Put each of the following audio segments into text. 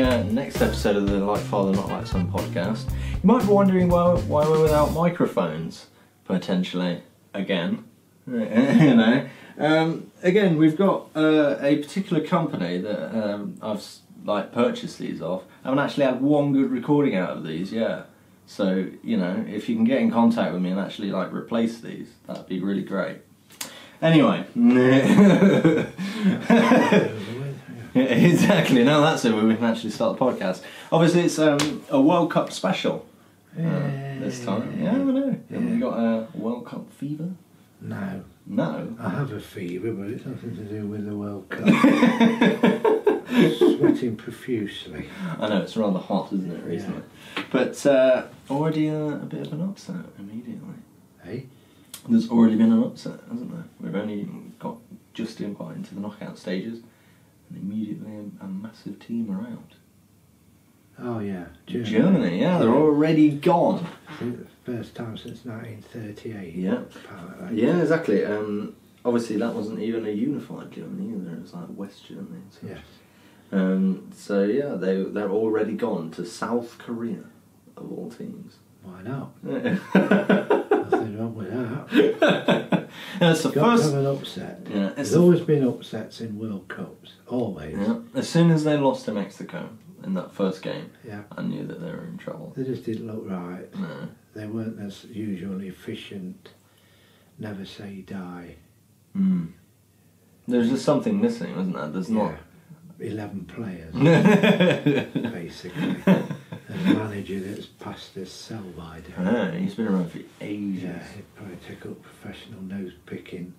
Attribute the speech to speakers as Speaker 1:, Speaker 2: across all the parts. Speaker 1: uh, episode of the Like Father Not Like Son podcast. You might be wondering why why we're without microphones potentially again. you know, um, again we've got uh, a particular company that um, I've s- like purchased these off. I haven't actually had one good recording out of these yet. So you know, if you can get in contact with me and actually like replace these, that'd be really great. Anyway, Yeah, exactly. Now that's it. where We can actually start the podcast. Obviously, it's um, a World Cup special uh, this time. Yeah, I know. Have you got a World Cup fever?
Speaker 2: No,
Speaker 1: No.
Speaker 2: I have a fever, but it's nothing to do with the World Cup. I'm sweating profusely.
Speaker 1: I know it's rather hot, isn't it, recently? But uh, already a, a bit of an upset immediately.
Speaker 2: Hey,
Speaker 1: There's already been an upset, hasn't there? We've only got just in quite into the knockout stages, and immediately a, a massive team are out.
Speaker 2: oh yeah,
Speaker 1: Germany, yeah, they're already gone.
Speaker 2: First time since 1938.
Speaker 1: Yeah.
Speaker 2: apparently.
Speaker 1: Yeah, exactly. Um, obviously, that wasn't even a unified Germany either. It was like West Germany. So.
Speaker 2: Yeah.
Speaker 1: Um, so yeah, they they're already gone to South Korea, of all teams.
Speaker 2: Why not?
Speaker 1: That's
Speaker 2: Nothing wrong with that.
Speaker 1: the
Speaker 2: Got to
Speaker 1: first.
Speaker 2: have an upset.
Speaker 1: Yeah, it's
Speaker 2: There's
Speaker 1: the,
Speaker 2: always been upsets in World Cups. Always.
Speaker 1: yeah. As soon as they lost to Mexico in that first game,
Speaker 2: Yeah.
Speaker 1: I knew that they were in trouble.
Speaker 2: They just didn't look right.
Speaker 1: No.
Speaker 2: They weren't as usual efficient. Never say die.
Speaker 1: Mm. There's just something missing, isn't there? There's not.
Speaker 2: Yeah. Eleven players.
Speaker 1: Yeah,
Speaker 2: basically. a manager that's passed his sell by down.
Speaker 1: he's been around for ages.
Speaker 2: Yeah, he'd probably take up professional nose picking,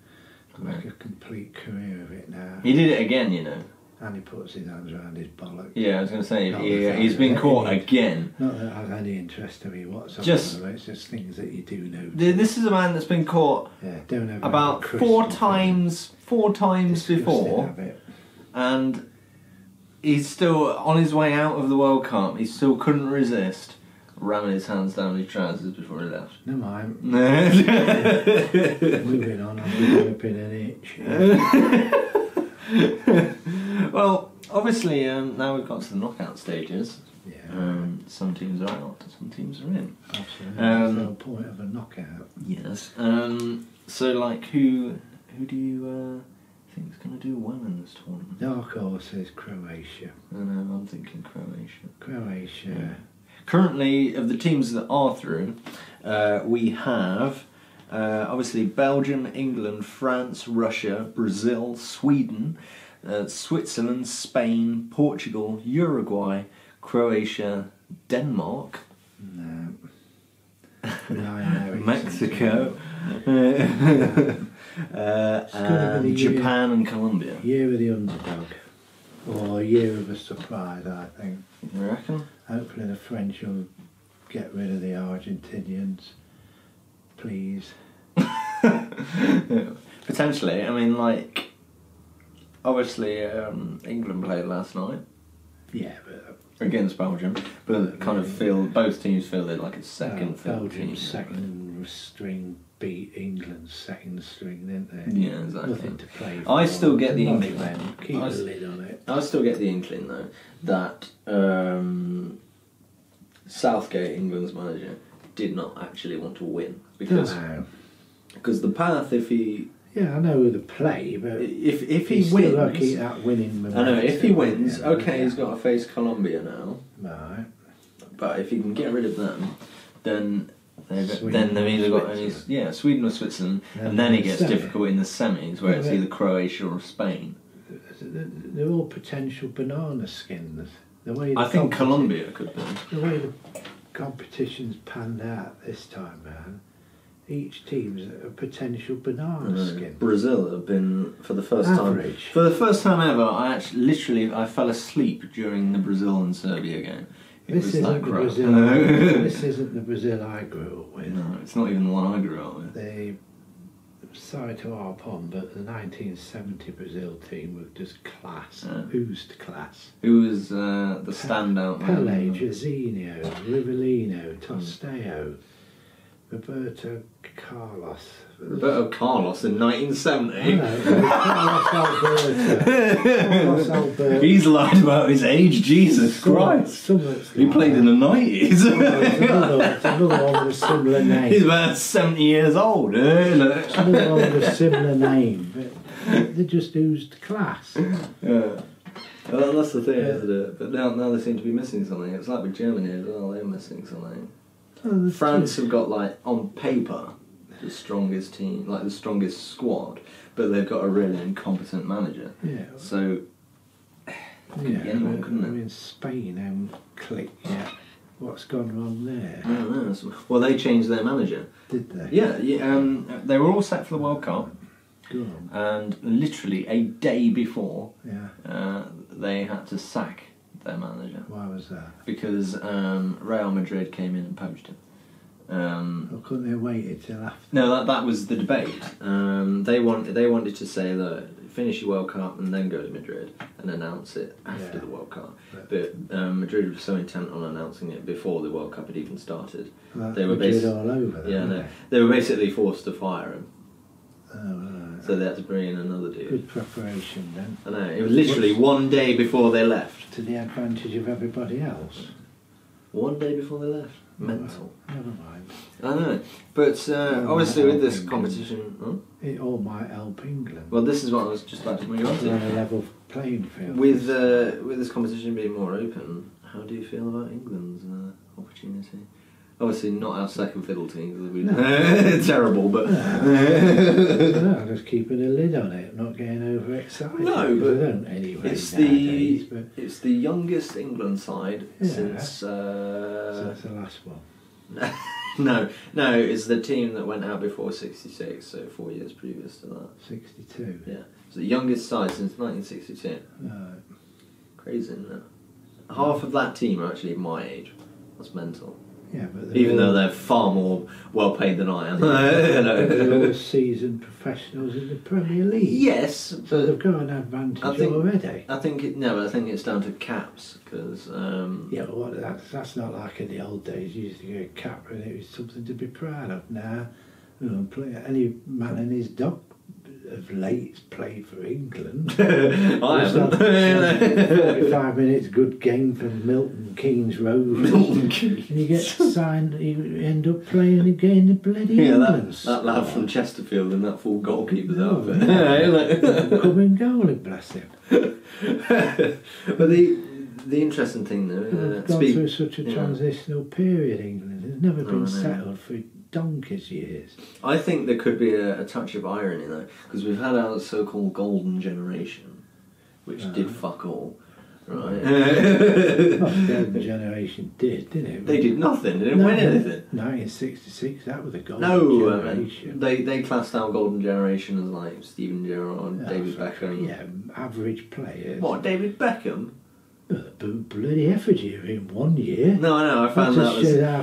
Speaker 2: make a complete career of it now.
Speaker 1: He did it again, you know.
Speaker 2: And he puts his hands around his bollock.
Speaker 1: Yeah, I was going to say,
Speaker 2: Not
Speaker 1: yeah,
Speaker 2: without
Speaker 1: he's been
Speaker 2: any
Speaker 1: caught
Speaker 2: need.
Speaker 1: again.
Speaker 2: Not that it has any interest to me whatsoever.
Speaker 1: Just-
Speaker 2: it's just things that you do know.
Speaker 1: Th- This is a man that's been caught
Speaker 2: yeah, don't have
Speaker 1: about
Speaker 2: any crisp
Speaker 1: four
Speaker 2: and
Speaker 1: times, four times
Speaker 2: disgusting
Speaker 1: before,
Speaker 2: habit.
Speaker 1: and he's still on his way out of the World Cup. He still couldn't resist ramming his hands down his trousers before he left.
Speaker 2: Never mind.
Speaker 1: well,
Speaker 2: Moving on, I'm developing an itch. Yeah.
Speaker 1: obviously, um, now we've got to the knockout stages.
Speaker 2: yeah.
Speaker 1: Um, some teams are out, some teams are in.
Speaker 2: Absolutely.
Speaker 1: um,
Speaker 2: There's no point of a knockout.
Speaker 1: Yes. Um, so, like, who who do you uh, think's going to do well in this tournament?
Speaker 2: Dark horses, Croatia.
Speaker 1: I don't know, I'm thinking Croatia.
Speaker 2: Croatia.
Speaker 1: Yeah. Currently, of the teams that are through, uh, we have uh, obviously Belgium, England, France, Russia, Brazil, Sweden, uh, Switzerland, Spain, Portugal, Uruguay, Croatia, Denmark,
Speaker 2: No. Ryan Erickson.
Speaker 1: Mexico, uh,
Speaker 2: gonna be
Speaker 1: and
Speaker 2: the year.
Speaker 1: Japan and Colombia.
Speaker 2: Year of the underdog. Or year of a surprise, I think.
Speaker 1: You reckon?
Speaker 2: Hopefully the French will get rid of the Argentinians. Please.
Speaker 1: Potentially. I mean, like, obviously, um, England played last night
Speaker 2: Yeah, but uh,
Speaker 1: against Belgium, but kind of feel both teams feel they're like a second
Speaker 2: uh,
Speaker 1: field team.
Speaker 2: Belgium's second string beat England's second string, didn't they?
Speaker 1: Yeah, exactly.
Speaker 2: Nothing to play for.
Speaker 1: I still get the
Speaker 2: Not
Speaker 1: England.
Speaker 2: them. Keep
Speaker 1: I
Speaker 2: a
Speaker 1: s-
Speaker 2: lid on it.
Speaker 1: I still get the inkling though that um, Southgate, England's manager, did not actually want to win because
Speaker 2: No.
Speaker 1: because the path if he
Speaker 2: Yeah, I know who the play, but
Speaker 1: if if he
Speaker 2: he's still
Speaker 1: wins.
Speaker 2: gotta keep that winning
Speaker 1: I know if he
Speaker 2: momentum,
Speaker 1: wins,
Speaker 2: yeah.
Speaker 1: okay, he's got to face Colombia now.
Speaker 2: Right.
Speaker 1: But if you can get rid of them, then they've,
Speaker 2: Sweden
Speaker 1: then they've
Speaker 2: or
Speaker 1: either got any,
Speaker 2: Switzerland.
Speaker 1: yeah Sweden or Switzerland,
Speaker 2: Yeah,
Speaker 1: and then it gets
Speaker 2: semi.
Speaker 1: difficult in the semis where it's
Speaker 2: Yeah.
Speaker 1: either Croatia or Spain.
Speaker 2: They're all potential banana skins. The way the
Speaker 1: I think
Speaker 2: competi-
Speaker 1: Colombia could be.
Speaker 2: The way the competition's panned out this time, man. Each team's a potential banana skin.
Speaker 1: Uh, Brazil have been for the first time
Speaker 2: Average.
Speaker 1: for the first time ever. I actually literally I fell asleep during the Brazil and Serbia game. It
Speaker 2: This
Speaker 1: was
Speaker 2: isn't the
Speaker 1: that crap.
Speaker 2: Brazil. this isn't the Brazil I grew up with.
Speaker 1: no, it's not even the one I grew up with.
Speaker 2: They, sorry to harp on, but the 1970 Brazil team was just class.
Speaker 1: Yeah.
Speaker 2: Who's the class?
Speaker 1: Who was uh, the standout? man? Hmm.
Speaker 2: Pele, Jairzinho, Rivellino, Tosteo. Roberto Carlos.
Speaker 1: Roberto Carlos in
Speaker 2: I know,
Speaker 1: 1970.
Speaker 2: Carlos Alberto. Carlos Alberto.
Speaker 1: He's lied about his age, Jesus Christ. He played in the 90s.
Speaker 2: another, it's another one with a similar
Speaker 1: He's
Speaker 2: name.
Speaker 1: about 70 years old. eh?
Speaker 2: It's another one with a similar name, but they just oozed class.
Speaker 1: Yeah. Well, that's the thing, isn't it? But now, now they seem to be missing something. It's like with Germany as well, they're missing something. France have got like on paper the strongest team, like the strongest squad, but they've got a really incompetent manager.
Speaker 2: Yeah.
Speaker 1: So
Speaker 2: Yeah,
Speaker 1: be anyone,
Speaker 2: but,
Speaker 1: couldn't
Speaker 2: I
Speaker 1: it?
Speaker 2: mean, Spain and click. Yeah, what's gone wrong there?
Speaker 1: I don't know. It's- Well, they changed their manager.
Speaker 2: Did they?
Speaker 1: Mm. Yeah, yeah. Um, they were all set for the World Cup,
Speaker 2: Go on.
Speaker 1: and literally a day before,
Speaker 2: Yeah.
Speaker 1: uh, they had to sack their manager
Speaker 2: Why was that?
Speaker 1: because um, Real Madrid came in and poached him. Um,
Speaker 2: How couldn't they wait till after?
Speaker 1: No, that that was the debate. Um, they wanted they wanted to say look, finish your World Cup and then go to Madrid and announce it after
Speaker 2: Yeah.
Speaker 1: the World Cup.
Speaker 2: Right.
Speaker 1: But um, Madrid was so intent on announcing it before the World Cup had even started.
Speaker 2: Like,
Speaker 1: They were
Speaker 2: Madrid
Speaker 1: basi-
Speaker 2: all over.
Speaker 1: yeah,
Speaker 2: weren't
Speaker 1: no, they were basically forced to fire him,
Speaker 2: they? Oh, right.
Speaker 1: so they had to bring in another dude.
Speaker 2: Good preparation then,
Speaker 1: I know it was literally one day before they left.
Speaker 2: to the advantage of everybody else.
Speaker 1: One day before they left. Mental.
Speaker 2: Never mind.
Speaker 1: I know, but uh, obviously with this competition, huh?
Speaker 2: It all might help England.
Speaker 1: well, this is what I was just about to bring you on
Speaker 2: They're on
Speaker 1: to.
Speaker 2: a level playing field.
Speaker 1: With uh, with this competition being more open, how do you feel about England's uh, opportunity? Obviously, not our second fiddle team because we terrible, but
Speaker 2: no, I'm just keeping a lid on it, not getting overexcited.
Speaker 1: No,
Speaker 2: because
Speaker 1: but
Speaker 2: I don't anyway.
Speaker 1: it's
Speaker 2: nowadays,
Speaker 1: the
Speaker 2: But
Speaker 1: it's the youngest England side
Speaker 2: Yeah.
Speaker 1: since
Speaker 2: so
Speaker 1: uh,
Speaker 2: that's the last one.
Speaker 1: no no it's the team that went out before '66, so four years previous to that.
Speaker 2: 62.
Speaker 1: Yeah, it's the youngest side since 1962.
Speaker 2: No,
Speaker 1: Crazy, isn't it? Half of that team are actually my age. That's mental.
Speaker 2: yeah, but
Speaker 1: Even though
Speaker 2: all-
Speaker 1: they're far more well paid than I am.
Speaker 2: they're all
Speaker 1: No.
Speaker 2: seasoned professionals in the Premier League.
Speaker 1: yes,
Speaker 2: So
Speaker 1: but
Speaker 2: they've got an advantage
Speaker 1: I think-
Speaker 2: already.
Speaker 1: I think it, no, but I think it's down to caps because um,
Speaker 2: Yeah, but what, that's, that's not like in the old days. You used to get a cap and it was something to be proud of. Now, you know, play, any man and his dog of late's played for England.
Speaker 1: I
Speaker 2: It's not-
Speaker 1: haven't.
Speaker 2: 45 minutes, good game for Milton Keynes Rovers.
Speaker 1: Milton
Speaker 2: And you get
Speaker 1: Keynes.
Speaker 2: signed, you end up playing again in bloody
Speaker 1: Yeah,
Speaker 2: England.
Speaker 1: that, that lad from Chesterfield in that full goalkeeper's
Speaker 2: No,
Speaker 1: outfit.
Speaker 2: Oh, yeah.
Speaker 1: Yeah,
Speaker 2: Come and go, and bless him.
Speaker 1: like- but the the interesting thing though,
Speaker 2: We've
Speaker 1: uh,
Speaker 2: gone
Speaker 1: speak-
Speaker 2: through such a
Speaker 1: yeah.
Speaker 2: transitional period, England. It's never
Speaker 1: Oh, I know.
Speaker 2: been settled for donkey's years.
Speaker 1: I think there could be a, a touch of irony though, because we've had our so-called golden generation, which
Speaker 2: Uh-huh.
Speaker 1: did fuck all, right?
Speaker 2: Well, Oh, the golden generation did, didn't it?
Speaker 1: they did nothing. They didn't win anything.
Speaker 2: 1966, that was the golden
Speaker 1: No, uh, I mean,
Speaker 2: generation.
Speaker 1: they they classed our golden generation as like Stephen Gerrard, David Beckham.
Speaker 2: Yeah, average players.
Speaker 1: What David Beckham?
Speaker 2: Uh, bl- bloody effigy of him one year.
Speaker 1: No, I know. I found
Speaker 2: Just
Speaker 1: that was
Speaker 2: shows how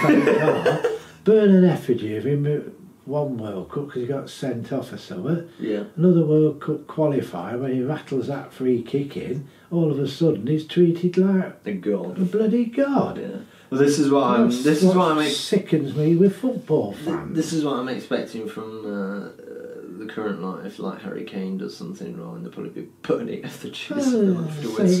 Speaker 2: fans are. Burn an effigy of him at one World Cup because he got sent off or something.
Speaker 1: yeah.
Speaker 2: Another World Cup qualifier, when he rattles that free kick in, all of a sudden he's treated like
Speaker 1: The
Speaker 2: a
Speaker 1: god.
Speaker 2: bloody god.
Speaker 1: Yeah. Well, this is what I'm.
Speaker 2: That's
Speaker 1: This is what I'm. Ex-
Speaker 2: sickens me with football fans.
Speaker 1: this is what I'm expecting from uh, uh, the current lot. If like Harry Kane does something wrong, they'll probably be putting it at the chest
Speaker 2: Oh, say it was-
Speaker 1: afterwards.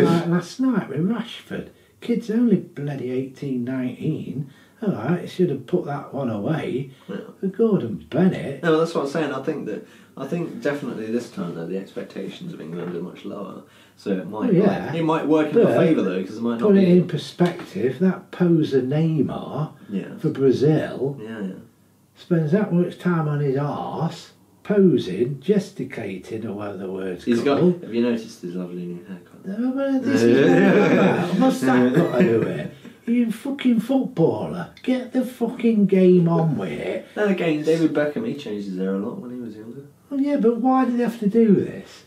Speaker 2: was like last night with Rashford. Kid's only bloody 18, 19. All right, he should have put that one away.
Speaker 1: Yeah.
Speaker 2: But Gordon Bennett,
Speaker 1: No, that's what I'm saying. I think that I think definitely this time though the expectations of England are much lower, so it might
Speaker 2: Oh, yeah.
Speaker 1: it might work in our
Speaker 2: But-
Speaker 1: favour though because it might not
Speaker 2: put
Speaker 1: be.
Speaker 2: it in perspective, that poser Neymar
Speaker 1: Yeah.
Speaker 2: for Brazil
Speaker 1: Yeah, yeah.
Speaker 2: spends that much time on his arse, posing, gesticulating, or whatever the word's
Speaker 1: He's got.
Speaker 2: called.
Speaker 1: Have you noticed his lovely new haircut?
Speaker 2: No, but this is all about- What's that got to do with it? You fucking footballer, get the fucking game on with it.
Speaker 1: Then again, David Beckham he changed his hair a lot when he was younger.
Speaker 2: Well, yeah, but why do they have to do this?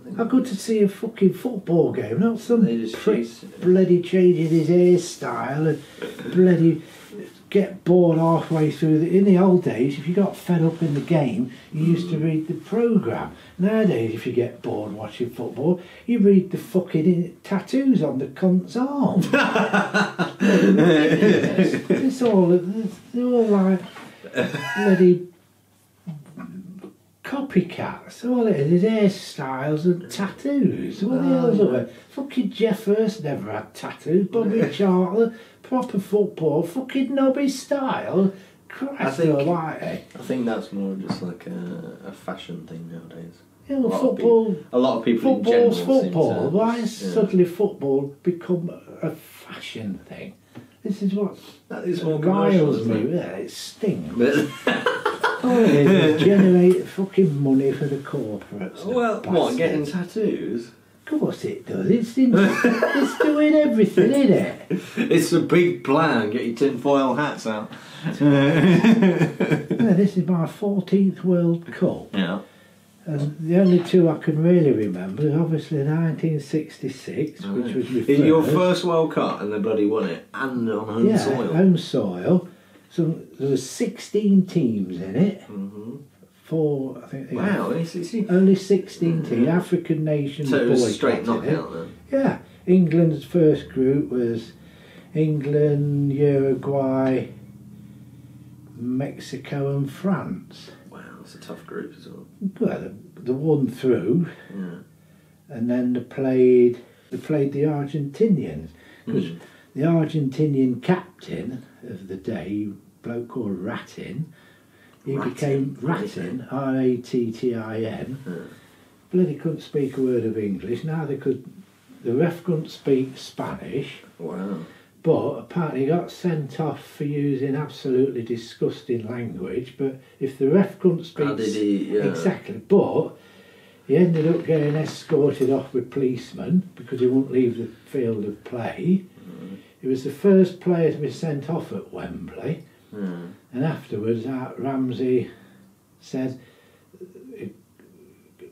Speaker 1: I think
Speaker 2: I go to see a fucking football game, not some
Speaker 1: They just
Speaker 2: prick
Speaker 1: choose-
Speaker 2: bloody changing his hairstyle and bloody get bored halfway through. The, in the old days, if you got fed up in the game, you used to read the programme. Nowadays, if you get bored watching football, you read the fucking tattoos on the cunt's arm. It's it's all they're all like bloody copycats. All it is is hairstyles and tattoos. What the
Speaker 1: Oh,
Speaker 2: hell's up with? Fucking Jeff Hurst never had tattoos. Bobby Charlton, proper football, fucking knobby style.
Speaker 1: I
Speaker 2: Christ
Speaker 1: think-
Speaker 2: almighty.
Speaker 1: I think that's more just like a, a fashion thing nowadays.
Speaker 2: Yeah,
Speaker 1: A
Speaker 2: well,
Speaker 1: lot of
Speaker 2: football.
Speaker 1: A lot of people in general
Speaker 2: Football's
Speaker 1: seem
Speaker 2: football.
Speaker 1: to-
Speaker 2: Why
Speaker 1: yeah.
Speaker 2: has suddenly football become a fashion thing? This is what
Speaker 1: That is more commercial,
Speaker 2: riles
Speaker 1: isn't
Speaker 2: me.
Speaker 1: it?
Speaker 2: Yeah, it stinks.
Speaker 1: But-
Speaker 2: All it is is generate fucking money for the corporates. the
Speaker 1: well, what,
Speaker 2: bastards.
Speaker 1: getting tattoos?
Speaker 2: Of course it does. It's in, it's doing everything, isn't it?
Speaker 1: It's a big plan. Get your tinfoil hats out. yeah.
Speaker 2: Yeah, this is my 14th World Cup, and the only two I can really remember is obviously 1966, which was my
Speaker 1: It's your
Speaker 2: first.
Speaker 1: first World Cup and they bloody won it, and on home
Speaker 2: yeah,
Speaker 1: soil.
Speaker 2: home soil. So there were 16 teams in it.
Speaker 1: hmm
Speaker 2: Four, I think. They
Speaker 1: Wow, it's, it's
Speaker 2: Only 16 teams.
Speaker 1: Yeah.
Speaker 2: African nations.
Speaker 1: so it was a
Speaker 2: boycotted
Speaker 1: straight
Speaker 2: it.
Speaker 1: knockout then.
Speaker 2: Yeah, England's first group was England, Uruguay, Mexico, and France.
Speaker 1: Wow, it's a tough group as well.
Speaker 2: Well, the, the one through,
Speaker 1: Yeah.
Speaker 2: and then they played. They played the Argentinians because
Speaker 1: Mm.
Speaker 2: the Argentinian captain of the day, a bloke called Ratin, he
Speaker 1: Ratin,
Speaker 2: became
Speaker 1: what is
Speaker 2: Ratin, R A T T I N.
Speaker 1: Yeah.
Speaker 2: Bloody couldn't speak a word of English. Neither could the ref couldn't speak Spanish.
Speaker 1: Wow.
Speaker 2: But apparently he got sent off for using absolutely disgusting language. But if the ref couldn't speak
Speaker 1: How did he? uh, Yeah.
Speaker 2: exactly, but he ended up getting escorted off with policemen because he wouldn't leave the field of play.
Speaker 1: Mm-hmm.
Speaker 2: He was the first player to be sent off at Wembley,
Speaker 1: Yeah.
Speaker 2: and afterwards uh, Ramsey said uh, it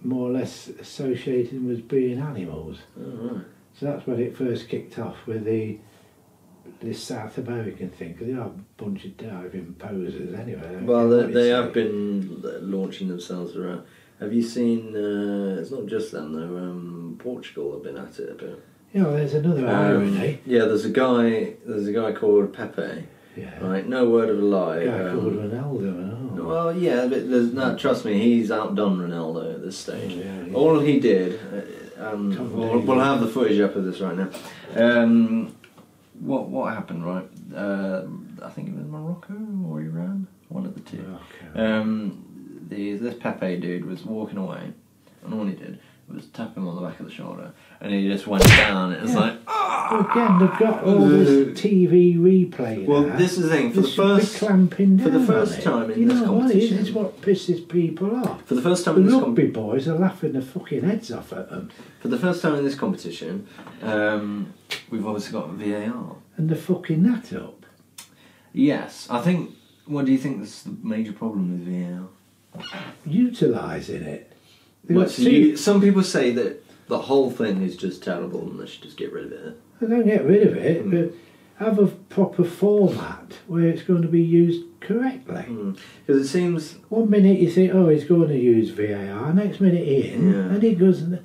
Speaker 2: more or less associated him with being animals.
Speaker 1: Alright.
Speaker 2: So that's when it first kicked off with the this South American thing because they are a bunch of diving posers anyway.
Speaker 1: Well, they,
Speaker 2: What
Speaker 1: they
Speaker 2: you
Speaker 1: have
Speaker 2: say.
Speaker 1: been l- launching themselves around. Have you seen? Uh, it's not just them though. Um, Portugal have been at it a bit. Um,
Speaker 2: You know, there's
Speaker 1: Oh.
Speaker 2: another irony.
Speaker 1: yeah, there's a guy. There's a guy called Pepe.
Speaker 2: Yeah.
Speaker 1: Right, no word of a lie.
Speaker 2: Guy
Speaker 1: um,
Speaker 2: called Ronaldo and all. Oh,
Speaker 1: well, yeah, but there's no. Trust me, he's outdone Ronaldo at this stage.
Speaker 2: Oh, Yeah, yeah.
Speaker 1: All he did, uh, um,
Speaker 2: Tom
Speaker 1: we'll,
Speaker 2: Daly.
Speaker 1: we'll have the footage up of this right now. Um, what what happened? Right, uh, I think it was Morocco or Iran, one of the two.
Speaker 2: Okay.
Speaker 1: Um, the, this Pepe dude was walking away, and all he did was tap him on the back of the shoulder, and he just went down. and It was
Speaker 2: Yeah.
Speaker 1: like, "Ah!"
Speaker 2: Well, Again, they've got all this TV replay.
Speaker 1: uh, well,
Speaker 2: now.
Speaker 1: this is the thing for
Speaker 2: They
Speaker 1: the
Speaker 2: should be
Speaker 1: first
Speaker 2: clamping
Speaker 1: for the
Speaker 2: down
Speaker 1: first
Speaker 2: on it.
Speaker 1: time in
Speaker 2: you
Speaker 1: this
Speaker 2: know what it is?
Speaker 1: competition.
Speaker 2: It's what pisses people off.
Speaker 1: for the first
Speaker 2: The
Speaker 1: time in this com-
Speaker 2: rugby boys are laughing their fucking heads off at them,
Speaker 1: for the first time in this competition, um, we've obviously got VAR.
Speaker 2: and they're fucking that up.
Speaker 1: Yes, I think. What do you think is the major problem with VAR?
Speaker 2: utilising it. They
Speaker 1: Well,
Speaker 2: got
Speaker 1: so
Speaker 2: two-
Speaker 1: you, some people say that the whole thing is just terrible and they should just get rid of it.
Speaker 2: I don't get rid of it,
Speaker 1: Mm.
Speaker 2: but have a proper format where it's going to be used correctly.
Speaker 1: Hmm. Because it seems
Speaker 2: One minute you think, oh, he's going to use VAR, next minute Ian,
Speaker 1: Yeah.
Speaker 2: and he goes, and-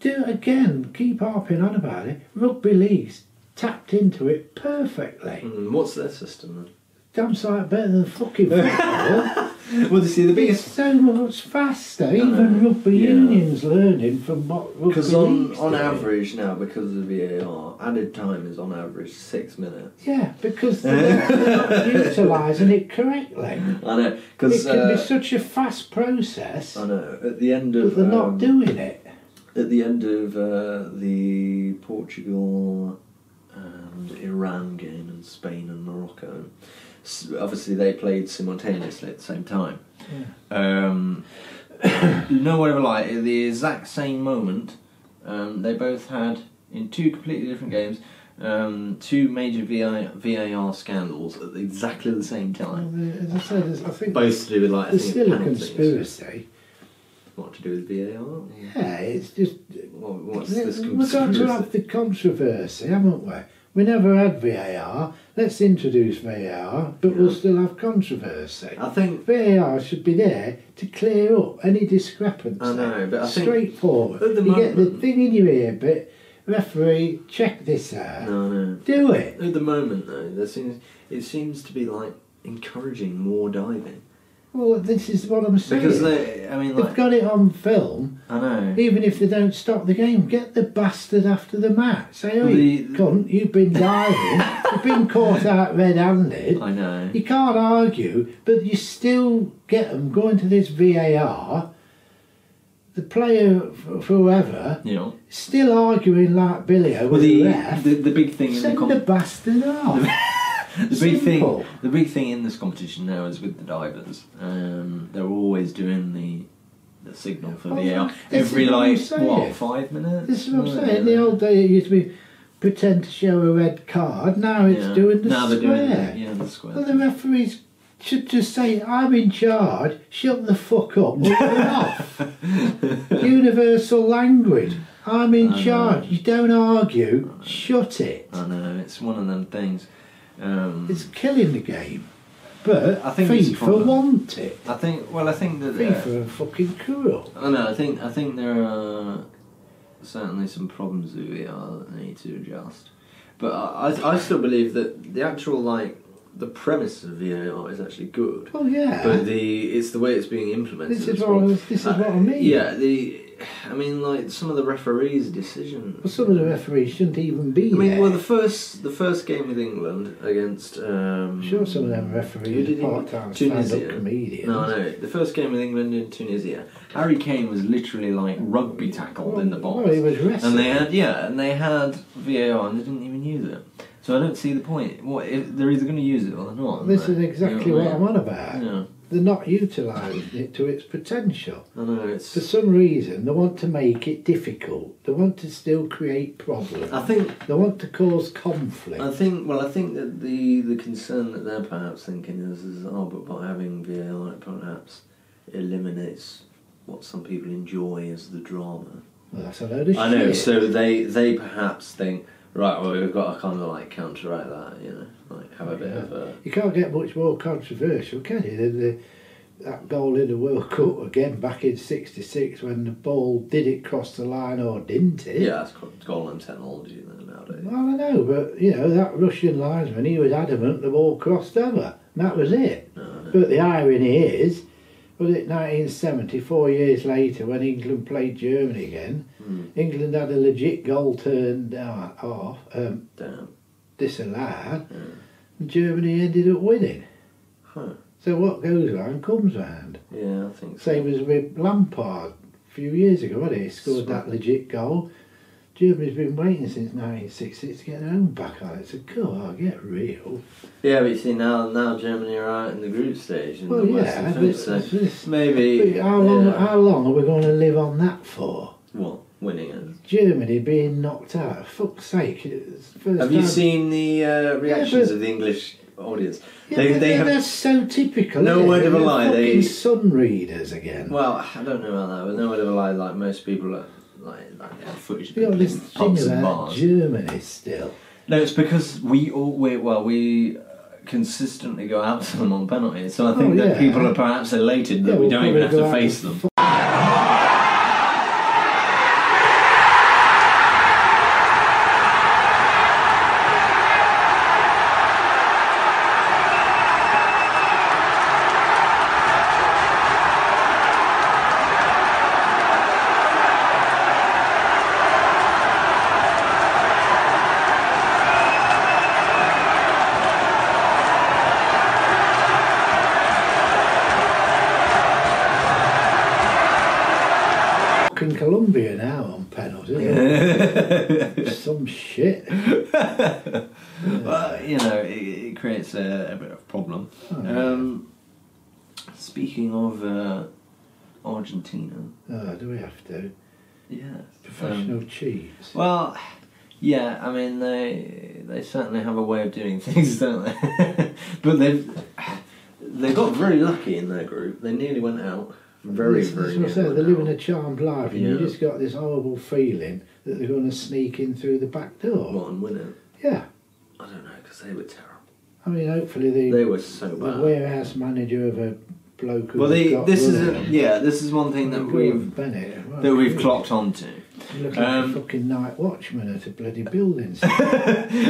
Speaker 2: do it again, keep harping on about it. Rugby league's tapped into it perfectly.
Speaker 1: mm, what's their system
Speaker 2: Damn sight better than fucking football.
Speaker 1: then? Well, you see, the
Speaker 2: it's
Speaker 1: biggest
Speaker 2: so much faster.
Speaker 1: No,
Speaker 2: Even rugby
Speaker 1: yeah.
Speaker 2: union's learning from what rugby
Speaker 1: Because on,
Speaker 2: league's
Speaker 1: on
Speaker 2: doing.
Speaker 1: average now, because of VAR, added time is on average six minutes.
Speaker 2: Yeah, because they're not, they're not utilising it correctly.
Speaker 1: I know,
Speaker 2: It
Speaker 1: because
Speaker 2: can be
Speaker 1: uh,
Speaker 2: such a fast process,
Speaker 1: I
Speaker 2: but
Speaker 1: know at the end of
Speaker 2: they're
Speaker 1: um,
Speaker 2: not doing it.
Speaker 1: at the end of uh, the Portugal and Iran game and Spain and Morocco, s- obviously they played simultaneously at the same time. Um, no word of a lie, at the exact same moment, um, they both had, in two completely different games, um, two major VI, VAR scandals at exactly the same
Speaker 2: Well,
Speaker 1: time.
Speaker 2: there- As I said, there's- I think
Speaker 1: Both to do with like I
Speaker 2: there's
Speaker 1: think,
Speaker 2: still a
Speaker 1: penalties.
Speaker 2: conspiracy.
Speaker 1: What to do with VAR? Yeah.
Speaker 2: Yeah, it's just
Speaker 1: What, what's this
Speaker 2: we're going to
Speaker 1: conspiracy?
Speaker 2: have the controversy, haven't we? We never had VAR. Let's introduce VAR, but we'll
Speaker 1: Yeah.
Speaker 2: still have controversy.
Speaker 1: I think
Speaker 2: VAR should be there to clear up any discrepancy.
Speaker 1: I know, but I think
Speaker 2: straightforward.
Speaker 1: at the
Speaker 2: you get the
Speaker 1: moment-
Speaker 2: thing in your ear bit, referee, check this out.
Speaker 1: No, no.
Speaker 2: Do it.
Speaker 1: At the moment, though, there seems it seems to be like encouraging more diving
Speaker 2: Well, this is what I'm saying.
Speaker 1: because they. I mean,
Speaker 2: They've
Speaker 1: like
Speaker 2: got it on film,
Speaker 1: I know.
Speaker 2: even if they don't stop the game. Get the bastard after the match. Say, oh,
Speaker 1: The-
Speaker 2: cunt, you've been diving, you've been caught out red handed.
Speaker 1: I know.
Speaker 2: You can't argue, but you still get them going to this VAR. The player, f- whoever,
Speaker 1: You know.
Speaker 2: still arguing like Billy over
Speaker 1: Well,
Speaker 2: the,
Speaker 1: the
Speaker 2: ref.
Speaker 1: the, the big thing in the,
Speaker 2: Send
Speaker 1: com-
Speaker 2: the bastard off.
Speaker 1: the big
Speaker 2: simple.
Speaker 1: thing the big thing in this competition now is with the divers. Um, they're always doing the the signal for
Speaker 2: Oh,
Speaker 1: the air
Speaker 2: this is
Speaker 1: every
Speaker 2: what I'm
Speaker 1: like
Speaker 2: saying.
Speaker 1: what five minutes.
Speaker 2: This is what I'm
Speaker 1: Uh,
Speaker 2: saying. In the old day, it used to be pretend to show a red card. Now it's
Speaker 1: yeah.
Speaker 2: doing the
Speaker 1: now
Speaker 2: square.
Speaker 1: they're doing the, yeah the square.
Speaker 2: Well, the referees should just say, "I'm in charge. Shut the fuck up. Look it off." Universal language. I'm in
Speaker 1: I know.
Speaker 2: charge. You don't argue. Shut it.
Speaker 1: I know it's one of them things. Um,
Speaker 2: It's killing the game. But
Speaker 1: I
Speaker 2: I
Speaker 1: think
Speaker 2: think
Speaker 1: it's a
Speaker 2: FIFA
Speaker 1: problem.
Speaker 2: want it.
Speaker 1: I think well I think that uh,
Speaker 2: FIFA are fucking cruel.
Speaker 1: I know. Oh, I think I think there are certainly some problems with VR that need to adjust. But I, I, I still believe that the actual like the premise of VAR is actually good.
Speaker 2: Well, yeah.
Speaker 1: But the it's the way it's being implemented.
Speaker 2: this is
Speaker 1: as
Speaker 2: what I
Speaker 1: well.
Speaker 2: was- this is what I mean.
Speaker 1: Yeah. The I mean like some of the referees' decisions.
Speaker 2: Well, some of the referees shouldn't even
Speaker 1: I
Speaker 2: be
Speaker 1: mean,
Speaker 2: there.
Speaker 1: well, the first the first game with England against. Um,
Speaker 2: I'm sure some of them
Speaker 1: Who did
Speaker 2: referees
Speaker 1: he-
Speaker 2: are part-time
Speaker 1: Tunisia?
Speaker 2: stand-up comedians.
Speaker 1: No, no. The first game with England in Tunisia, Harry Kane was literally like rugby tackled in the box.
Speaker 2: Well, he was wrestling.
Speaker 1: And they had yeah, and they had VAR and they didn't even use it. So I don't see the point. What if they're either going to use it or they're not?
Speaker 2: This is exactly what I'm on about.
Speaker 1: Yeah,
Speaker 2: They're not utilising it to its potential.
Speaker 1: I know it's.
Speaker 2: For some reason, they want to make it difficult. They want to still create problems.
Speaker 1: I think
Speaker 2: They want to cause conflict.
Speaker 1: I think well I think that the the concern that they're perhaps thinking is is oh but by having VAR it perhaps eliminates what some people enjoy as the drama.
Speaker 2: Well, that's a load of
Speaker 1: I know.
Speaker 2: shit.
Speaker 1: So they they perhaps think right well we've got to kind of like counteract that you know like have a bit of a
Speaker 2: You can't get much more controversial, can you? Than the, that goal in the World Cup again back in '66 when the ball did it cross the line or didn't it?
Speaker 1: yeah that's called golden technology then nowadays.
Speaker 2: Well, I know, but you know that Russian linesman, he was adamant the ball crossed over, and that was it. But the irony is, was it 1974 years later when England played Germany again?
Speaker 1: hmm,
Speaker 2: England had a legit goal turned uh, off, um,
Speaker 1: Damn.
Speaker 2: disallowed,
Speaker 1: Yeah.
Speaker 2: and Germany ended up winning.
Speaker 1: Huh.
Speaker 2: So what goes round comes round.
Speaker 1: Yeah, I think so.
Speaker 2: Same as with Lampard a few years ago, wasn't he? He scored that legit goal. Germany's been waiting since 1960 to get their own back on it. So, go on, get real.
Speaker 1: Yeah, but you see now now Germany are out in the group stage in
Speaker 2: Well,
Speaker 1: the
Speaker 2: yeah,
Speaker 1: Western
Speaker 2: but
Speaker 1: Finish, so
Speaker 2: it's- it's-
Speaker 1: maybe
Speaker 2: but how long,
Speaker 1: yeah.
Speaker 2: how long are we going to live on that for?
Speaker 1: well winning it.
Speaker 2: Germany being knocked out. Fuck's sake. it's the first
Speaker 1: Have you
Speaker 2: time-
Speaker 1: seen the uh, reactions
Speaker 2: but-
Speaker 1: of the English audience?
Speaker 2: Yeah,
Speaker 1: they
Speaker 2: but
Speaker 1: they
Speaker 2: they're-
Speaker 1: have
Speaker 2: They're so typical.
Speaker 1: No
Speaker 2: isn't it?
Speaker 1: word of a
Speaker 2: They're
Speaker 1: lie,
Speaker 2: Fucking
Speaker 1: they-
Speaker 2: sun readers again.
Speaker 1: well, I don't know about that, but no one ever lied like most people are like like they have footage of
Speaker 2: we got
Speaker 1: people
Speaker 2: this
Speaker 1: in pubs
Speaker 2: thing
Speaker 1: and
Speaker 2: about
Speaker 1: bars.
Speaker 2: Germany still.
Speaker 1: No, it's because we all we well we uh, consistently go out to them on penalties, so I think
Speaker 2: Oh,
Speaker 1: that
Speaker 2: yeah.
Speaker 1: people are perhaps elated that
Speaker 2: Yeah,
Speaker 1: we
Speaker 2: we'll
Speaker 1: don't even
Speaker 2: probably
Speaker 1: have
Speaker 2: go
Speaker 1: to
Speaker 2: out
Speaker 1: face
Speaker 2: to
Speaker 1: them.
Speaker 2: Fucking Colombia now on penalties. isn't it? Some shit.
Speaker 1: Well, you know, it, it creates a, a bit of problem.
Speaker 2: Oh,
Speaker 1: Um, speaking of uh, Argentina,
Speaker 2: Oh, do we have to?
Speaker 1: yes,
Speaker 2: Professional
Speaker 1: Um,
Speaker 2: cheats.
Speaker 1: well, yeah, I mean they they certainly have a way of doing things, don't they? but they've they got very lucky in their group. They nearly went out. Very,
Speaker 2: This-
Speaker 1: very.
Speaker 2: this is what I said,
Speaker 1: nearly
Speaker 2: they're
Speaker 1: went
Speaker 2: living
Speaker 1: out.
Speaker 2: a charmed life, and you
Speaker 1: Yeah.
Speaker 2: just got this horrible feeling that they're going to sneak in through the back door.
Speaker 1: What and win it?
Speaker 2: Yeah.
Speaker 1: I don't know because they were terrible.
Speaker 2: I mean, hopefully the,
Speaker 1: They were so
Speaker 2: the
Speaker 1: bad.
Speaker 2: warehouse manager of a bloke who
Speaker 1: Well, the,
Speaker 2: got
Speaker 1: this is a,
Speaker 2: rid of him.
Speaker 1: yeah, this is one thing that
Speaker 2: Gordon
Speaker 1: we've
Speaker 2: Bennett, well,
Speaker 1: that we've
Speaker 2: good.
Speaker 1: clocked onto.
Speaker 2: You look like
Speaker 1: Um,
Speaker 2: a fucking night watchman at a bloody building. site.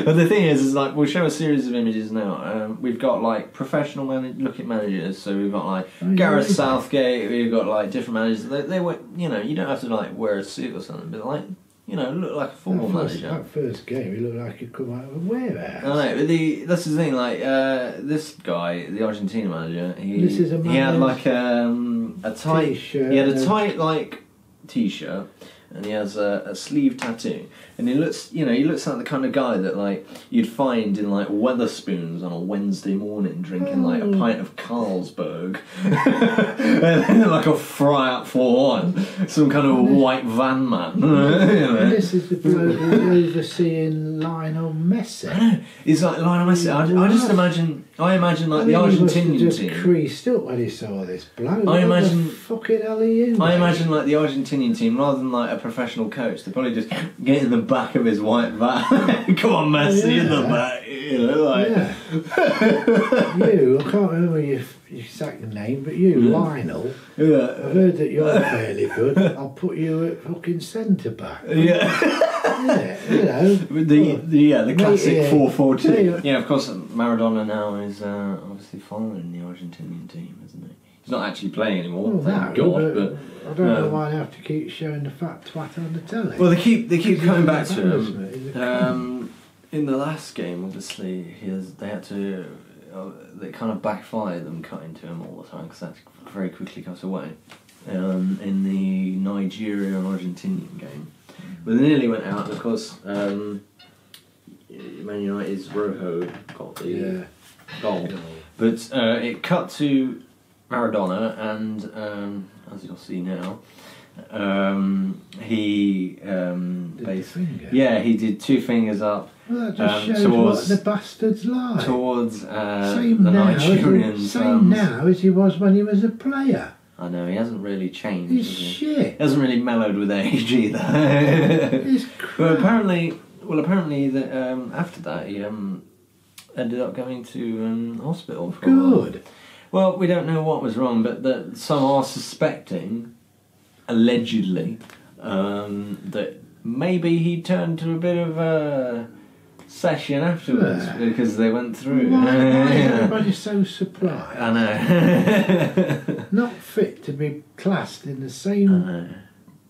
Speaker 1: but the thing is, is like we'll show a series of images now. Um, we've got like professional man- looking managers, so we've got like
Speaker 2: Oh, yeah,
Speaker 1: Gareth
Speaker 2: yeah.
Speaker 1: Southgate. We've got like different managers. They, they were, you know, you don't have to like wear a suit or something, but like you know, look like a formal
Speaker 2: that, first,
Speaker 1: manager. Oh,
Speaker 2: that first game, he looked like he'd come out of a warehouse.
Speaker 1: I know, but the that's the thing. Like uh, this guy, the Argentina manager, he
Speaker 2: This is a
Speaker 1: he had
Speaker 2: man
Speaker 1: like um, a tight,
Speaker 2: T-shirt
Speaker 1: he had a
Speaker 2: and-
Speaker 1: tight like t-shirt, and he has a, a sleeve tattoo, and he looks, you know, he looks like the kind of guy that like you'd find in like Weatherspoons on a Wednesday morning drinking like a
Speaker 2: Oh.
Speaker 1: pint of Carlsberg, and then, like a fry up for one, some kind of white van man. you know.
Speaker 2: And this is the bloke who's overseeing Lionel Messi.
Speaker 1: It's like Lionel Messi. I, I just imagine. I imagine like
Speaker 2: I
Speaker 1: the
Speaker 2: mean, he must have
Speaker 1: Argentinian
Speaker 2: just
Speaker 1: team.
Speaker 2: creased up when he saw this bloke.
Speaker 1: I imagine-
Speaker 2: What the fucking hell are you?
Speaker 1: I
Speaker 2: mate?
Speaker 1: imagine like the Argentinian team, rather than like a professional coach, they probably just get in the back of his white van. Come on, Messi, in the
Speaker 2: Yeah.
Speaker 1: back. You know, like
Speaker 2: Yeah. you, I can't remember your, your second name, but you,
Speaker 1: Yeah.
Speaker 2: Lionel. I
Speaker 1: yeah,
Speaker 2: heard that you're fairly good. I'll put you at fucking centre back.
Speaker 1: yeah.
Speaker 2: Yeah, you know.
Speaker 1: The, the yeah the
Speaker 2: Mate,
Speaker 1: classic
Speaker 2: yeah.
Speaker 1: four four two.
Speaker 2: Yeah.
Speaker 1: Yeah, of course, Maradona now is uh, obviously following the Argentinian team, isn't he? He's not actually playing anymore,
Speaker 2: Well,
Speaker 1: thank
Speaker 2: Oh,
Speaker 1: God.
Speaker 2: no,
Speaker 1: But
Speaker 2: I don't know
Speaker 1: um,
Speaker 2: why they have to keep showing the fat twat on the telly.
Speaker 1: Well, they keep they keep
Speaker 2: He's
Speaker 1: coming
Speaker 2: an
Speaker 1: back to him.
Speaker 2: embarrassment, he's a cunt.
Speaker 1: Um, in the last game, obviously, he has, they had to. Uh, they kind of backfired them cutting to him all the time because that very quickly cut away. Um, in the Nigeria and Argentinian game, but they nearly went out. And of course, um, Man United's Rojo got the
Speaker 2: yeah.
Speaker 1: goal. But uh, it cut to Maradona, and um, as you'll see now, um, he um,
Speaker 2: Did the
Speaker 1: bas-
Speaker 2: finger.
Speaker 1: yeah, he did two fingers up
Speaker 2: Well, that just
Speaker 1: um,
Speaker 2: shows
Speaker 1: towards-
Speaker 2: what the bastard's like.
Speaker 1: towards uh, the um,
Speaker 2: same now, as
Speaker 1: Nigerian
Speaker 2: he,
Speaker 1: fans.
Speaker 2: same now as he was when he was a player.
Speaker 1: I know he hasn't really changed.
Speaker 2: He's
Speaker 1: has he?
Speaker 2: shit.
Speaker 1: He hasn't really mellowed with age either.
Speaker 2: He's
Speaker 1: well,
Speaker 2: crap.
Speaker 1: apparently, well, apparently that um, after that he um, ended up going to um, hospital for a while.
Speaker 2: good.
Speaker 1: Well, we don't know what was wrong, but that some are suspecting, allegedly, um, that maybe he turned to a bit of a session afterwards
Speaker 2: Yeah.
Speaker 1: because they went
Speaker 2: Why,
Speaker 1: through.
Speaker 2: why is
Speaker 1: Yeah.
Speaker 2: everybody so surprised?
Speaker 1: I know.
Speaker 2: Not fit to be classed in the
Speaker 1: I
Speaker 2: same
Speaker 1: know.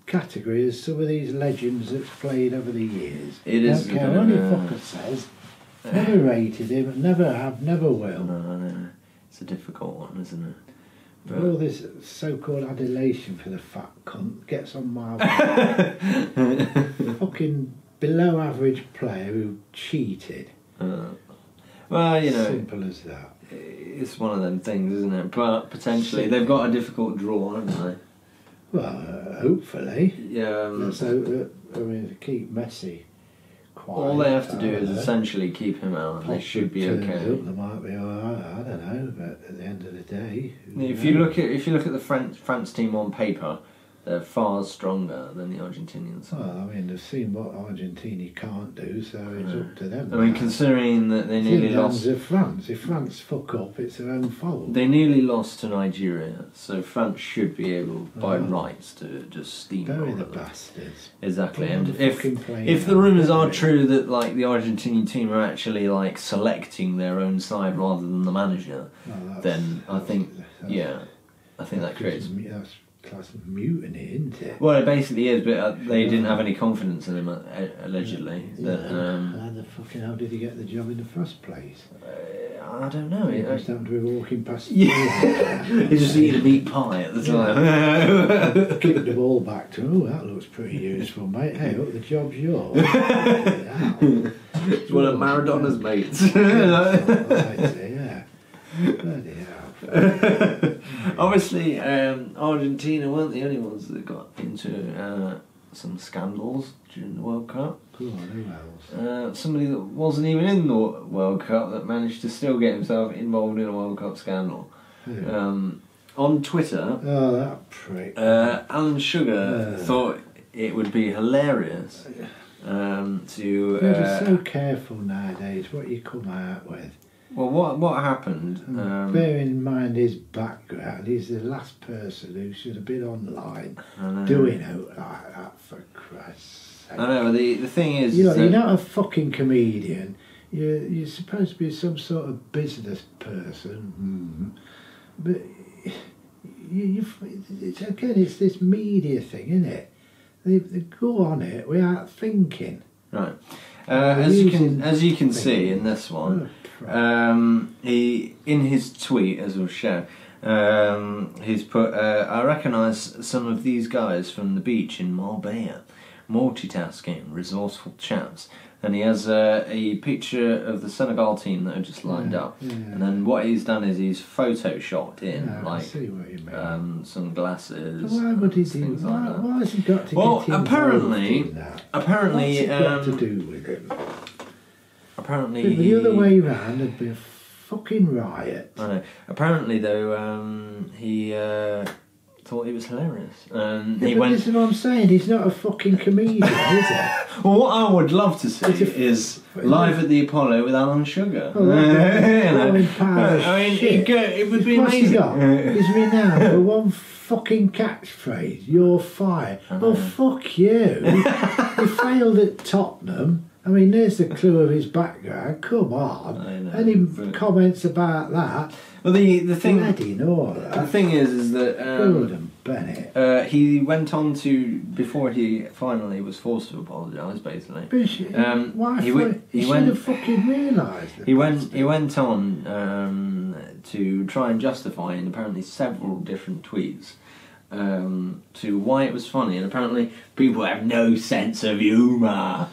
Speaker 2: category as some of these legends that's played over the years.
Speaker 1: It is uh,
Speaker 2: Don't care
Speaker 1: a
Speaker 2: what
Speaker 1: bit
Speaker 2: any
Speaker 1: of a-
Speaker 2: fucker says. Never rated him. Never have. Never
Speaker 1: No,
Speaker 2: will.
Speaker 1: I know. It's a difficult one, isn't it?
Speaker 2: But all this so-called adulation for the fat cunt gets on my fucking below-average player who cheated.
Speaker 1: Uh, well, you know,
Speaker 2: Simple as that.
Speaker 1: it's one of them things, isn't it? But potentially, they've got a difficult draw, haven't
Speaker 2: Well, uh, hopefully.
Speaker 1: they? Yeah. um,
Speaker 2: Let's hope that. I mean, to keep Messi quiet. uh,
Speaker 1: All they have to do
Speaker 2: I
Speaker 1: is
Speaker 2: don't know.
Speaker 1: essentially keep him out, and they should be
Speaker 2: Turns
Speaker 1: okay.
Speaker 2: Up, they might be all right. I don't know, but at the end of the day, who
Speaker 1: If you
Speaker 2: knows?
Speaker 1: look at if you look at the France France team on paper, they're far stronger than the Argentinians.
Speaker 2: Well, I mean, they've seen what Argentina can't do, so it's
Speaker 1: Yeah.
Speaker 2: up to them.
Speaker 1: I mean,
Speaker 2: now.
Speaker 1: considering that they
Speaker 2: It's in
Speaker 1: nearly
Speaker 2: the hands
Speaker 1: lost,
Speaker 2: of France. If France fuck up, it's their own fault.
Speaker 1: they nearly lost to Nigeria, so France should be able, by
Speaker 2: Oh.
Speaker 1: rights, to just
Speaker 2: Bury
Speaker 1: steamroll
Speaker 2: the
Speaker 1: them.
Speaker 2: bastards.
Speaker 1: Exactly,
Speaker 2: Put
Speaker 1: and
Speaker 2: them
Speaker 1: if
Speaker 2: fucking plane
Speaker 1: if the
Speaker 2: out.
Speaker 1: rumours are true that like the Argentinian team are actually like selecting their own side rather than the manager,
Speaker 2: No, that's-
Speaker 1: then I think-
Speaker 2: that's-
Speaker 1: yeah, I think that
Speaker 2: that's
Speaker 1: creates
Speaker 2: mu- That's class mutiny, isn't it?
Speaker 1: Well, it basically is, but uh, they didn't have any confidence in him uh, allegedly. That, um,
Speaker 2: How the fucking hell did he get the job in the first place?
Speaker 1: Oh, I don't know.
Speaker 2: he
Speaker 1: It,
Speaker 2: just happened to be walking past.
Speaker 1: yeah, he just eating a meat pie at the time.
Speaker 2: Kicked the ball back to him. Oh, that looks pretty useful, mate. Hey, look, the job's yours. Ow.
Speaker 1: It's one of Maradona's mates.
Speaker 2: yeah. Bloody hell.
Speaker 1: Obviously, um, Argentina weren't the only ones that got into uh, some scandals during the World Cup.
Speaker 2: Go on, who else?
Speaker 1: Uh, somebody that wasn't even in the World Cup that managed to still get himself involved in a World Cup scandal.
Speaker 2: Who?
Speaker 1: Um, on Twitter,
Speaker 2: oh, that prick.
Speaker 1: Uh, Alan Sugar
Speaker 2: Uh.
Speaker 1: thought it would be hilarious um, to.
Speaker 2: You're just
Speaker 1: Uh,
Speaker 2: so careful nowadays what you come out with.
Speaker 1: Well, what what happened?
Speaker 2: Mm,
Speaker 1: Um,
Speaker 2: Bear in mind his background, he's the last person who should have been online
Speaker 1: I know.
Speaker 2: doing out like that for Christ's sake.
Speaker 1: I know. The the thing is,
Speaker 2: You know,
Speaker 1: is
Speaker 2: you're
Speaker 1: that-
Speaker 2: not a fucking comedian. You're, you're supposed to be some sort of business person. Mm. But you, you, it's, again, it's this media thing, isn't it? They, they go on it without thinking.
Speaker 1: right. Uh, as you can
Speaker 2: Using-
Speaker 1: as you can see in this one,
Speaker 2: Oh, crap.
Speaker 1: Um, he in his tweet, as we'll show, um, he's put. Uh, I recognise some of these guys from the beach in Marbella, multitasking, resourceful chaps. And he has uh, a picture of the Senegal team that are just lined
Speaker 2: Yeah,
Speaker 1: up.
Speaker 2: yeah.
Speaker 1: And then what he's done is he's photoshopped in
Speaker 2: Yeah, I
Speaker 1: like
Speaker 2: see what you mean.
Speaker 1: um, some
Speaker 2: But
Speaker 1: glasses.
Speaker 2: why would he do
Speaker 1: things
Speaker 2: why,
Speaker 1: like that.
Speaker 2: why has he got to
Speaker 1: Well,
Speaker 2: get involved
Speaker 1: apparently-
Speaker 2: in that? What's
Speaker 1: Apparently,
Speaker 2: it got to
Speaker 1: um,
Speaker 2: do with him?
Speaker 1: apparently
Speaker 2: If the other
Speaker 1: he-
Speaker 2: way round, there'd be a fucking riot.
Speaker 1: I know. Apparently, though, um, he uh, thought it was hilarious. Um,
Speaker 2: Yeah,
Speaker 1: he
Speaker 2: but
Speaker 1: went.
Speaker 2: this is what I'm saying. He's not a fucking comedian, is he?
Speaker 1: Well, what I would love to see
Speaker 2: It's a f-
Speaker 1: is live at the Apollo with Alan Sugar.
Speaker 2: Oh, that'd be a
Speaker 1: You know.
Speaker 2: blowing pile of
Speaker 1: I mean,
Speaker 2: shit.
Speaker 1: it, go, it would be
Speaker 2: What's he
Speaker 1: amazing.
Speaker 2: got? He's renowned for one fucking catchphrase. You're fired.
Speaker 1: Uh-huh.
Speaker 2: Well, fuck you. he failed at Tottenham. I mean, there's the clue of his background. Come
Speaker 1: I
Speaker 2: on.
Speaker 1: know,
Speaker 2: Any
Speaker 1: but-
Speaker 2: comments about that?
Speaker 1: Well, the the thing
Speaker 2: Bloody no.
Speaker 1: the thing is, is that um,
Speaker 2: Gordon Bennett.
Speaker 1: uh, he went on to before he finally was forced to apologise. Basically,
Speaker 2: Bishop,
Speaker 1: um,
Speaker 2: why?
Speaker 1: he
Speaker 2: fu-
Speaker 1: went-
Speaker 2: he
Speaker 1: he
Speaker 2: should
Speaker 1: went-
Speaker 2: have fucking realised. that.
Speaker 1: He went. He went on um, to try and justify in apparently several different tweets um, to why it was funny, and apparently people have no sense of humour.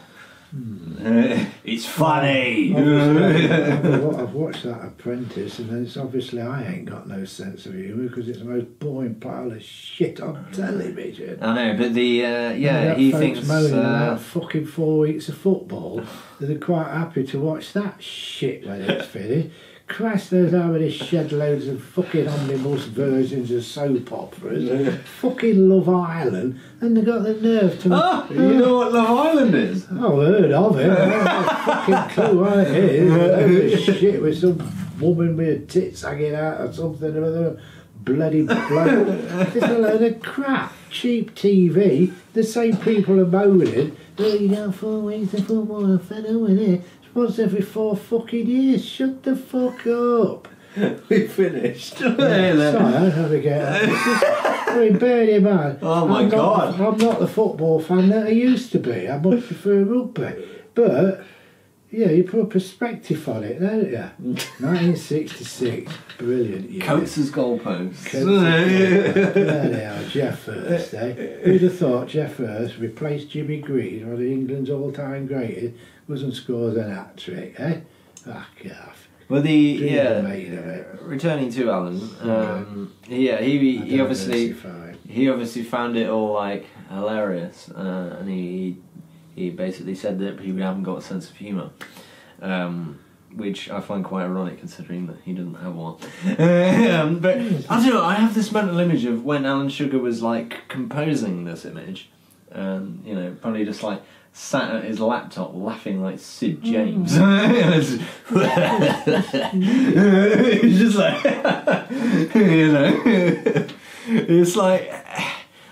Speaker 1: Uh, it's funny.
Speaker 2: Hmm. Obviously, I've wa- I've watched that Apprentice, and it's obviously I ain't got no sense of humour because it's the most boring pile of shit on television.
Speaker 1: I know, but the uh, Mm. yeah,
Speaker 2: that
Speaker 1: he
Speaker 2: folks
Speaker 1: thinks.
Speaker 2: moaning
Speaker 1: Uh,
Speaker 2: about fucking four weeks of football. They're quite happy to watch that shit when it's finished. Christ knows how many shed loads of fucking omnibus versions of soap operas. fucking Love Island, and they got the nerve to.
Speaker 1: oh, you know what Love Island is?
Speaker 2: I've heard of it. I don't have a fucking clue what it is. Load of shit with some woman with her tits hanging out or something or other. Bloody bloke. It's a load of crap. Cheap TV. The same people are moaning. There you go, four weeks of football, a fellow with it. It's once every four fucking years. Shut the fuck up.
Speaker 1: we finished.
Speaker 2: Sorry, I have to get that. It's just- I mean, bear in mind.
Speaker 1: Oh, my
Speaker 2: I'm not-
Speaker 1: God.
Speaker 2: I'm not the football fan that I used to be. I much prefer rugby. But, yeah, you put a perspective on it, don't you? 1966, brilliant year.
Speaker 1: Coats as goalposts.
Speaker 2: Coates, yeah. there they are, Jeff Hurst, eh? Who'd have thought Jeff Hurst replaced Jimmy Green, one of England's all-time greatest, was and scores an hat-trick, eh? Fuck off.
Speaker 1: Well, the
Speaker 2: Dream
Speaker 1: yeah.
Speaker 2: made of it.
Speaker 1: Returning to Alan, um, yeah, he
Speaker 2: I
Speaker 1: he obviously
Speaker 2: diversified.
Speaker 1: he obviously found it all like hilarious, uh, and he he basically said that people haven't got a sense of humour, um, which I find quite ironic considering that he doesn't have one. um, but I don't know. I have this mental image of when Alan Sugar was like composing this image, um, you know, probably just like sat at his laptop laughing like Sid James. it's just like, you know, it's like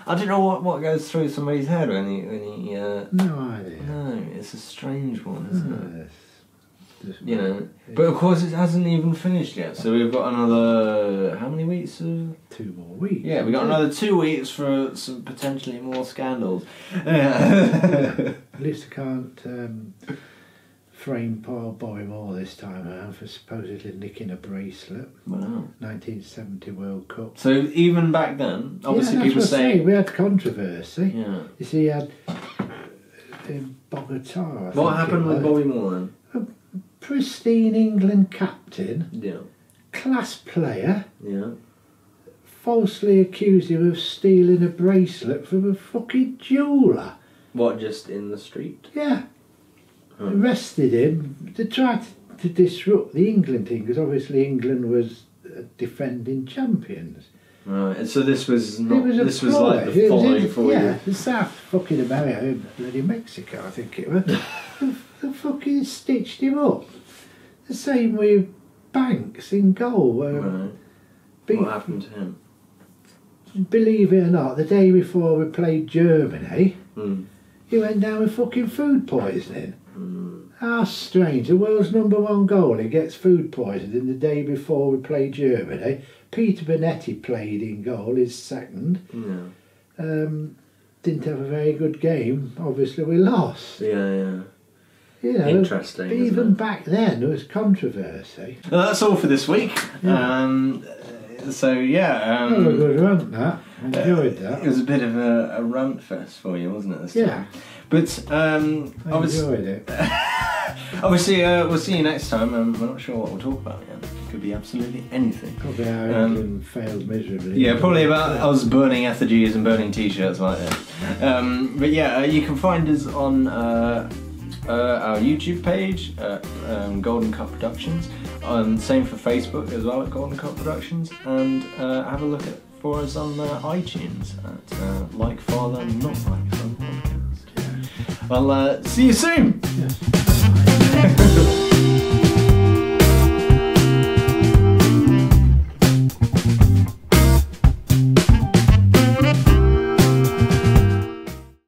Speaker 1: I don't know what, what goes through somebody's head when he when he. Uh,
Speaker 2: No idea.
Speaker 1: no, it's a strange one, isn't
Speaker 2: Yes. Just-
Speaker 1: it? You know, but of course it hasn't even finished yet. So we've got another how many weeks? Of,
Speaker 2: two more weeks.
Speaker 1: yeah, we got another two weeks for some potentially more scandals. Yeah.
Speaker 2: At least I can't um, frame Paul Bobby Moore this time around for supposedly nicking a bracelet.
Speaker 1: Wow.
Speaker 2: 1970 World Cup.
Speaker 1: So even back then, obviously
Speaker 2: Yeah, that's
Speaker 1: people
Speaker 2: what I
Speaker 1: say,
Speaker 2: we had controversy.
Speaker 1: yeah.
Speaker 2: You see, he had uh, in Bogota. I think
Speaker 1: What
Speaker 2: it
Speaker 1: happened with
Speaker 2: was.
Speaker 1: Bobby Moore then?
Speaker 2: Pristine England captain,
Speaker 1: Yeah,
Speaker 2: class player,
Speaker 1: yeah.
Speaker 2: falsely accused him of stealing a bracelet from a fucking jeweller.
Speaker 1: What just in the street?
Speaker 2: Yeah.
Speaker 1: Huh.
Speaker 2: Arrested him. They tried to disrupt the England team because obviously England was uh, defending champions.
Speaker 1: Right. and So this was
Speaker 2: It
Speaker 1: not.
Speaker 2: was a
Speaker 1: This was like the
Speaker 2: ploy. It was in-
Speaker 1: following for
Speaker 2: yeah, Uh,
Speaker 1: you.
Speaker 2: the South fucking America, in bloody Mexico, I think it was. they, they fucking stitched him up. The same way Banks in goal. Um,
Speaker 1: Right.
Speaker 2: be-
Speaker 1: What happened to him?
Speaker 2: believe it or not, the day before we played Germany,
Speaker 1: Mm.
Speaker 2: he went down with fucking food poisoning.
Speaker 1: Mm.
Speaker 2: How strange. The world's number one goalie gets food poisoning the day before we play Germany. Peter Benetti played in goal, his second.
Speaker 1: Yeah.
Speaker 2: Um, didn't have a very good game. Obviously, we lost.
Speaker 1: Yeah, yeah.
Speaker 2: You know,
Speaker 1: Interesting, isn't
Speaker 2: Even
Speaker 1: it?
Speaker 2: back then, there was controversy.
Speaker 1: Well, that's all for this week.
Speaker 2: Yeah.
Speaker 1: Um, so yeah,
Speaker 2: That was a
Speaker 1: um,
Speaker 2: good run, that. Enjoyed
Speaker 1: it
Speaker 2: that.
Speaker 1: was a bit of a, a rant fest for you, wasn't it? This
Speaker 2: Yeah,
Speaker 1: time? But um,
Speaker 2: I
Speaker 1: obviously,
Speaker 2: enjoyed it.
Speaker 1: obviously uh, we'll see you next time. Um, we're not sure what we'll talk about yet. Could be absolutely anything.
Speaker 2: Probably how
Speaker 1: Um,
Speaker 2: England failed miserably.
Speaker 1: Yeah, probably about us burning effigies and burning t-shirts like that. Um, but yeah, uh, you can find us on uh, uh, our YouTube page, uh, um, Golden Cup Productions. Um, same for Facebook as well at Golden Cup Productions, and uh, have a look at for us on uh, iTunes at uh, Like Father Not Like Son podcast. Well, uh, see you soon.
Speaker 2: Yes.